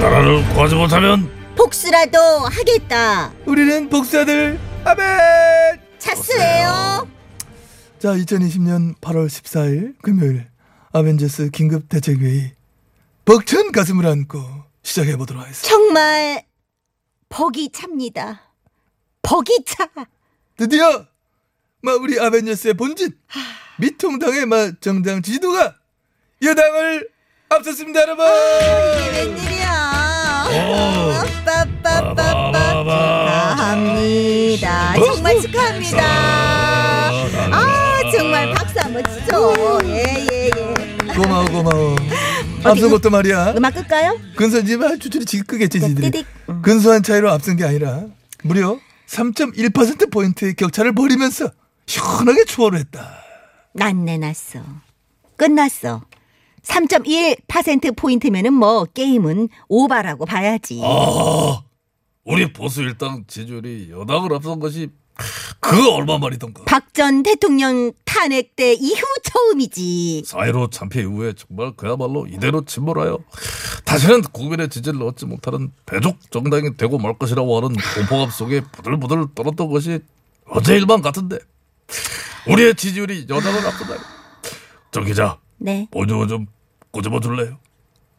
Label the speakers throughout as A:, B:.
A: 나라를 구하지 못하면
B: 복수라도 하겠다.
C: 우리는 복사들 아멘.
B: 차스예요.
C: 자, 2020년 8월 14일 금요일 아벤져스 긴급 대책회의 벅찬 가슴을 안고 시작해 보도록 하겠습니다.
B: 정말 버기 찹니다. 버기 차.
C: 드디어 마 우리 아벤져스의 본진 미통당의 마 정당 지도가 여당을 앞섰습니다, 여러분.
B: 예. 웬일이야.
A: 오.
B: 빠빠빠빠
A: 빠바바바.
B: 축하합니다. 정말 어? 축하합니다. 음. 아 정말 박수 한번 치죠. 예예예.
C: 고마워, 고마워. 앞선
B: 어디,
C: 것도 말이야.
B: 음악 끌까요?
C: 근선 지만 추출이 지극하겠지 지들이.
B: 그러니까 띠딕. 음.
C: 근소한 차이로 앞선 게 아니라 무려 3.1% 포인트의 격차를 벌이면서 시원하게 추월을 했다.
B: 난 내놨어. 끝났어. 3.1% 포인트면은 뭐 게임은 오바라고 봐야지.
A: 우리 보수 일당 지지율이 여당을 앞선 것이 그 얼마 만이던가.
B: 박 전 대통령 탄핵 때 이후 처음이지.
A: 사이로 참패 이후에 정말 그야말로 이대로 침몰하여 다시는 국민의 지지를 얻지 못하는 배족 정당이 되고 말 것이라고 하는 공포감 속에 부들부들 떨었던 것이 어제 일만 같은데 우리의 지지율이 여당을 앞서다니 정 기자
B: 네.
A: 모두 좀 꼬집어 줄래요?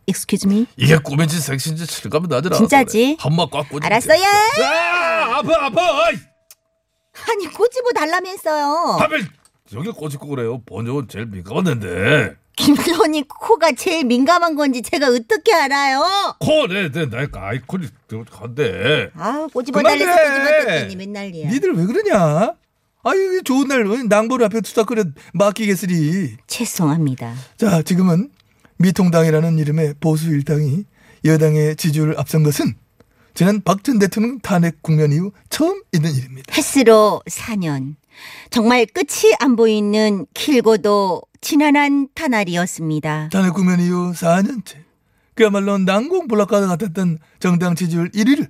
B: Excuse me.
A: 이게 꿈인지 색신지 실감이 나질 않아
B: 진짜지?
A: 한마 꽉 꼬집어
B: 알았어요.
A: 아 아파 아파 아이
B: 아니 꼬집어 달라면서요.
A: 하필 아, 여기 꼬집고 그래요 번역은 제일 민감한 데인데
B: 김건희 코가 제일 민감한 건지 제가 어떻게 알아요?
A: 코네네 나이가 아이콘이 한데
B: 아 꼬집어
C: 그만해.
B: 달래서 꼬집어 떴더니 맨날이야.
C: 니들 왜 그러냐? 아 이게 좋은 날 왜 낭보를 앞에 투닥거려 맡기겠으리.
B: 죄송합니다.
C: 자 지금은 미통당이라는 이름의 보수 일당이 여당의 지지율을 앞선 것은 지난 박 전 대통령 탄핵 국면 이후 처음 있는 일입니다.
B: 햇수로 4년. 정말 끝이 안 보이는 길고도 지난한 탄알이었습니다.
C: 탄핵 국면 이후 4년째 그야말로 난공불락과도 같았던 정당 지지율 1위를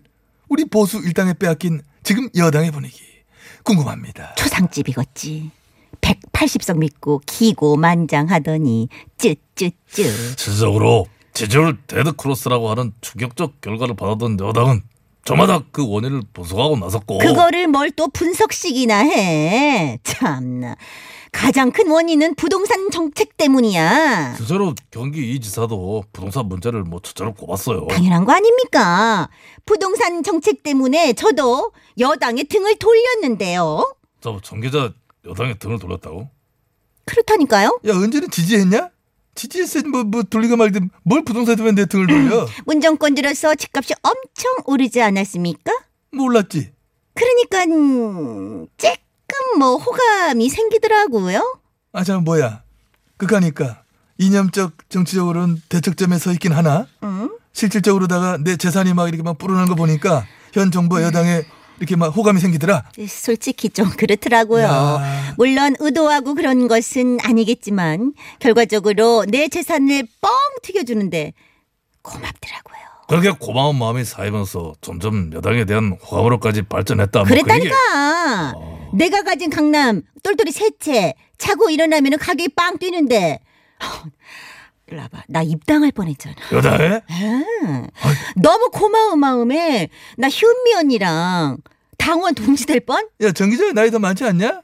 C: 우리 보수 일당에 빼앗긴 지금 여당의 분위기 궁금합니다.
B: 초상집이겠지. 180석 믿고 기고 만장하더니 쯔쯔쯔.
A: 실질적으로 지지율 데드 크로스라고 하는 충격적 결과를 받았던 여당은 저마다 그 원인을 분석하고 나섰고
B: 그거를 뭘 또 분석식이나 해. 참나. 가장 큰 원인은 부동산 정책 때문이야.
A: 실제로 경기 이 지사도 부동산 문제를 뭐 첫째로 꼽았어요.
B: 당연한 거 아닙니까? 부동산 정책 때문에 저도 여당의 등을 돌렸는데요.
A: 저 정기자 여당의 등을 돌렸다고?
B: 그렇다니까요.
C: 야 언제는 지지했냐? 지지했으니 뭐, 뭐 돌리고 말든 뭘 부동산 때문에 내 등을 돌려?
B: 문정권 들어서 집값이 엄청 오르지 않았습니까?
C: 몰랐지.
B: 그러니까 조금 뭐 호감이 생기더라고요.
C: 아, 참, 뭐야. 그까니까. 이념적, 정치적으로는 대척점에 서 있긴 하나.
B: 응?
C: 실질적으로다가 내 재산이 막 이렇게 막 불어나는 거 보니까 현 정부와 여당에 이렇게 막 호감이 생기더라.
B: 솔직히 좀 그렇더라고요.
C: 야.
B: 물론 의도하고 그런 것은 아니겠지만 결과적으로 내 재산을 뻥 튀겨주는데 고맙더라고요.
A: 그렇게 고마운 마음이 쌓이면서 점점 여당에 대한 호감으로까지 발전했다. 뭐
B: 그랬다니까. 어.
A: 그
B: 내가 가진 강남 똘똘이 세채 차고 일어나면 가격이 빵 뛰는데. 허, 일로 와봐. 나 입당할 뻔했잖아.
A: 얘기. 여당에?
B: 아, 너무 고마운 마음에 나 현미 언니랑 당원 동지 될 뻔?
C: 야, 정기자의 나이 더 많지 않냐?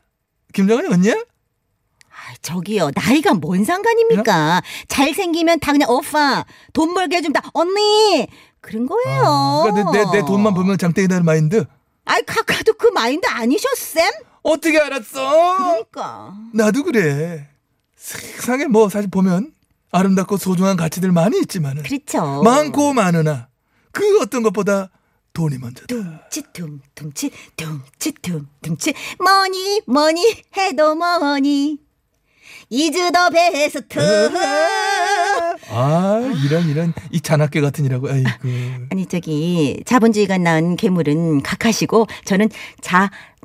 C: 김정은이 언니야?
B: 아, 저기요 나이가 뭔 상관입니까?
C: 어?
B: 잘생기면 다 그냥 오빠 돈 벌게 해준다 언니 그런 거예요.
C: 그러니까 내, 내, 내 돈만 보면 장땡이라는 마인드.
B: 아이 카카도 그 마인드 아니셨쌤?
C: 어떻게 알았어?
B: 그러니까.
C: 나도 그래. 세상에 뭐 사실 보면 아름답고 소중한 가치들 많이 있지만은.
B: 그렇죠.
C: 많고 많으나 그 어떤 것보다 돈이 먼저다.
B: 둠치 둠 둠치 둠치 둠 둠치 뭐니 뭐니 해도 뭐니 이즈더 베스트
C: 아 이런 이런 이 잔악계 같은 이라고 그 아이고
B: 아니 저기 자본주의가 낳은 괴물은 각하시고 저는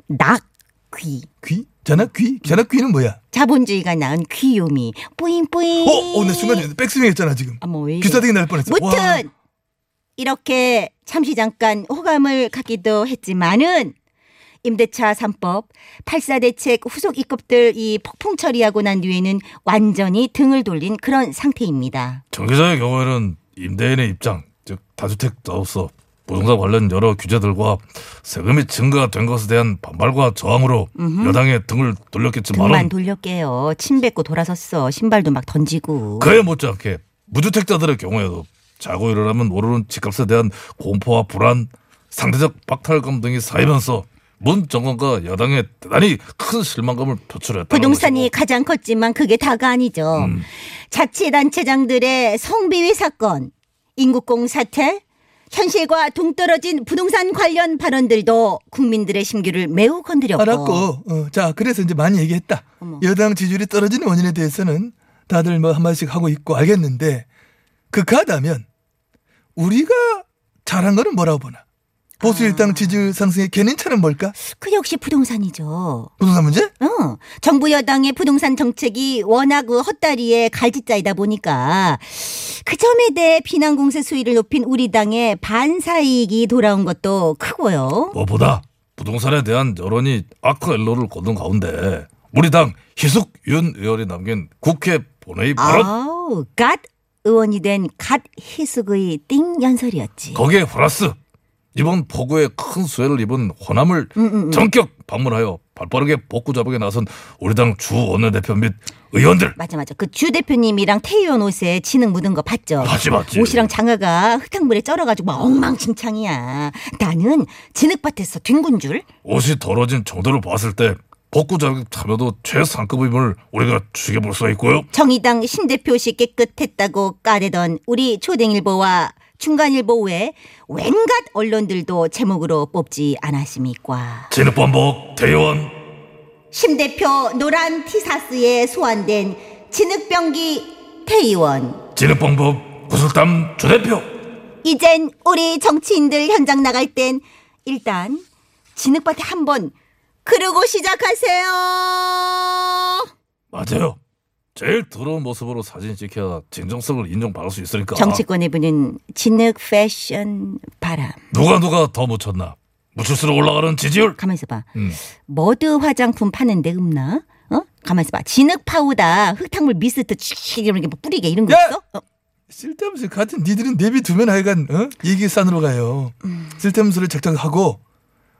B: 자낙귀
C: 귀 잔악 귀 잔악 귀는 뭐야?
B: 자본주의가 낳은 귀요미 뿌잉 뿌잉.
C: 어어내 순간 백스윙했잖아 지금
B: 어머, 왜 이래.
C: 귀싸대기 날 뻔했어.
B: 네. 무튼
C: 와,
B: 이렇게 잠시 잠깐 호감을 갖기도 했지만은 임대차 3법, 84대책 후속 입법들 이 폭풍 처리하고 난 뒤에는 완전히 등을 돌린 그런 상태입니다.
A: 정 기자의 경우에는 임대인의 입장, 즉 다주택 자업소 부동산 관련 여러 규제들과 세금이 증가된 것에 대한 반발과 저항으로 여당의 등을
B: 등만
A: 돌렸겠지만
B: 돌렸게요. 침 뱉고 돌아섰어. 신발도 막 던지고.
A: 그에 못지않게 무주택자들의 경우에도 자고 일어나면 오르는 집값에 대한 공포와 불안, 상대적 박탈감 등이 쌓이면서 문 정권과 여당에 대단히 큰 실망감을 표출했다.
B: 부동산이 가장 컸지만 그게 다가 아니죠.
C: 음.
B: 자치단체장들의 성비위 사건, 인국공 사태, 현실과 동떨어진 부동산 관련 발언들도 국민들의 심기를 매우 건드렸고
C: 알았고 어, 자 그래서 이제 많이 얘기했다. 여당 지지율이 떨어지는 원인에 대해서는 다들 뭐 한마디씩 하고 있고 알겠는데 극하다면 우리가 잘한 거는 뭐라고 보나? 보수 일당 지지율 상승의 견인차는 뭘까?
B: 그 역시 부동산이죠.
C: 부동산 문제?
B: 어, 정부 여당의 부동산 정책이 워낙 그 헛다리에 갈짓자이다 보니까 그 점에 대해 비난 공세 수위를 높인 우리 당의 반사이익이 돌아온 것도 크고요.
A: 무엇보다 부동산에 대한 여론이 아크엘로를 거둔 가운데 우리 당 희숙 윤 의원이 남긴 국회 본회의 발언
B: 아우, 갓 의원이 된 갓 희숙의 띵 연설이었지.
A: 거기에 플러스 이번 폭우에 큰 수해를 입은 호남을
B: 음,
A: 전격 방문하여 발빠르게 복구 작업에 나선 우리 당 주 원내대표 및 의원들
B: 맞아 맞아. 그 주 대표님이랑 태의원 옷에 진흙 묻은 거 봤죠?
A: 맞지, 맞지.
B: 옷이랑 장화가 흙탕물에 쩔어가지고 막 엉망진창이야. 나는 진흙밭에서 뒹군 줄.
A: 옷이 더러진 정도를 봤을 때 복구 작업 참여도 최상급임을 우리가 추격볼 수가 있고요.
B: 정의당 신 대표시 깨끗했다고 까대던 우리 초등일보와 중간일보 외 웬갓 언론들도 제목으로 뽑지 않았습니까?
A: 진흙반복 대의원
B: 심 대표 노란 티사스에 소환된 진흙병기 태의원.
A: 진흙방법 구슬땀 주대표
B: 이젠 우리 정치인들 현장 나갈 땐 일단 진흙밭에 한번 그러고 시작하세요.
A: 맞아요. 제일 더러운 모습으로 사진 찍혀야 진정성을 인정받을 수 있으니까
B: 정치권에 부는 진흙 패션 바람.
A: 누가 누가 더 묻혔나 묻힐수록 올라가는 지지율
B: 가만 있어봐.
A: 음.
B: 머드 화장품 파는데 없나? 어? 가만 있어봐. 진흙 파우더 흙탕물 미스트 칙칙 이런 게뭐 뿌리게 이런 거
C: 야!
B: 있어? 어?
C: 쓸데없이 같은 니들은 내비 두면 하여간 어? 얘기 산으로 가요. 쓸데없는 소리 작작하고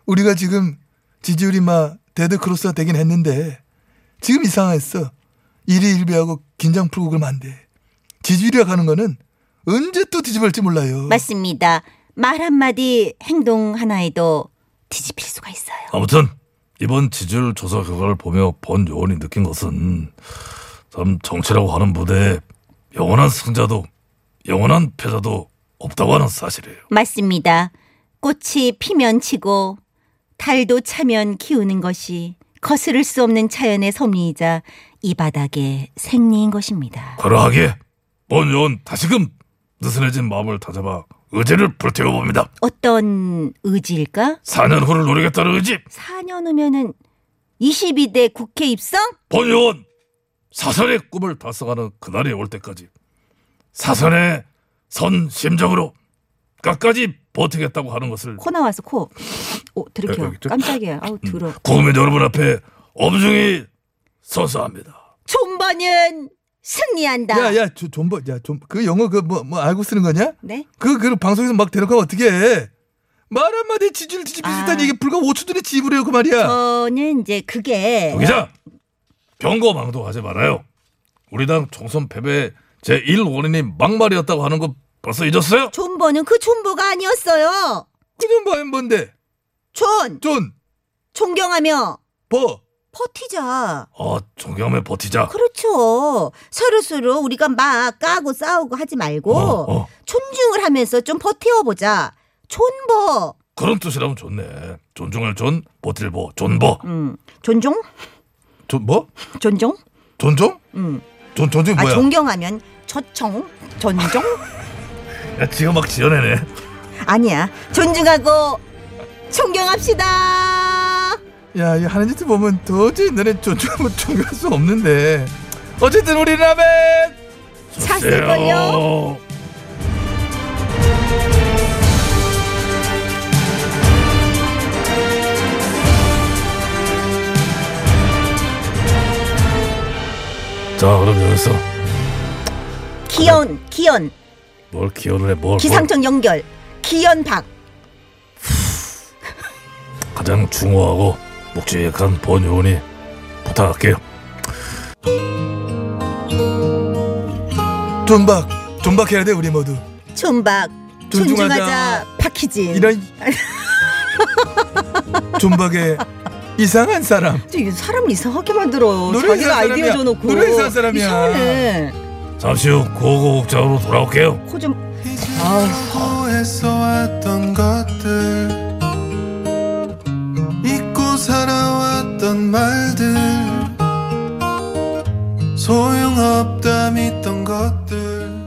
C: 우리가 지금 지지율이 막 데드 크로스가 되긴 했는데 지금 이 상황에서 일이 일비하고 긴장 풀고 그러면 안 돼. 지지율이 가는 거는 언제 또 뒤집을지 몰라요.
B: 맞습니다. 말 한마디 행동 하나에도 뒤집힐 수가 있어요.
A: 아무튼 이번 지지율 조사 결과를 보며 본 요원이 느낀 것은 참 정치라고 하는 무대에 영원한 승자도 영원한 패자도 없다고 하는 사실이에요.
B: 맞습니다. 꽃이 피면 치고 달도 차면 키우는 것이 거스를 수 없는 자연의 섭리이자 이 바닥의 생리인 것입니다.
A: 그러하기에 본 요원 다시금 느슨해진 마음을 다잡아 의지를 불태워봅니다.
B: 어떤 의지일까?
A: 4년 후를 노리겠다는 의지
B: 4년 후면은 22대 국회 입성?
A: 본 요원 사선의 꿈을 달성하는 그날이 올 때까지 사선의 선 심정으로 끝까지 버티겠다고 하는 것을
B: 코 나와서 코. 오,
A: 여-
B: 들켜.
A: 여기 있죠?
B: 깜짝이야. 아우, 들어.
A: 국민 여러분 앞에 엄중히 선서합니다.
B: 존버는 승리한다.
C: 야, 야, 저, 존버, 야, 좀, 그 영어 그 뭐, 뭐 알고 쓰는 거냐?
B: 네?
C: 그, 그 방송에서 막 대놓고 하면 어떻게 해? 말 한마디 지지율 뒤집힐 수
B: 아.
C: 있다는 얘기 불과 5초 전에 지입을 해요, 그 말이야.
B: 저는 이제 그게
A: 기자 경고망동하지 말아요. 우리 당 총선 패배 제1 원인이 막말이었다고 하는 거 벌써 잊었어요?
B: 존버는 그 존버가 아니었어요.
C: 그좀 봐요, 뭔데?
B: 존!
C: 존,
B: 존경하며
C: 버,
B: 버티자.
A: 아 존경하며 버티자.
B: 그렇죠. 서로서로 우리가 막 까고 싸우고 하지 말고
A: 어, 어.
B: 존중을 하면서 좀 버텨보자. 존버.
A: 그런 뜻이라면 좋네. 존중할 존, 버틸 보, 존버.
B: 음. 존중?
C: 존, 뭐?
B: 존중?
C: 존중?
B: 음.
A: 전 전쟁
B: 아
A: 뭐야?
B: 존경하면 초청 존중
A: 야, 지금 막 지어내네.
B: 아니야 존중하고 존경합시다.
C: 야, 아, 이 하는 짓을 보면 도저히 너네 존중하면 존경할 수 없는데. 어쨌든 우리 라멘!
B: 샀을걸요.
A: 자 그럼 여기서
B: 기온 기온
A: 뭘 기원을 해? 뭘,
B: 기상청 연결 기연 박
A: 뭘 가장 중후하고 묵직한 본요원이 부탁할게요.
C: 존박, 존박해야 돼, 우리 모두.
B: 존박
C: 존중하자.
B: 존중하자 박희진.
C: 이런. 존박의 이상한 사람.
B: 저 이거 사람을 이상하게 만들어.
C: 노래
B: 자기가
C: 이상한
B: 아이디어
C: 사람이야.
B: 줘놓고.
C: 노래 이상한 사람이야.
B: 이상하네.
A: 잠시 후 고고국장으로 돌아올게요.
B: 코좀
D: 해서 왔던 것들 잊고 살아왔던 말들 소용없다 믿던 것들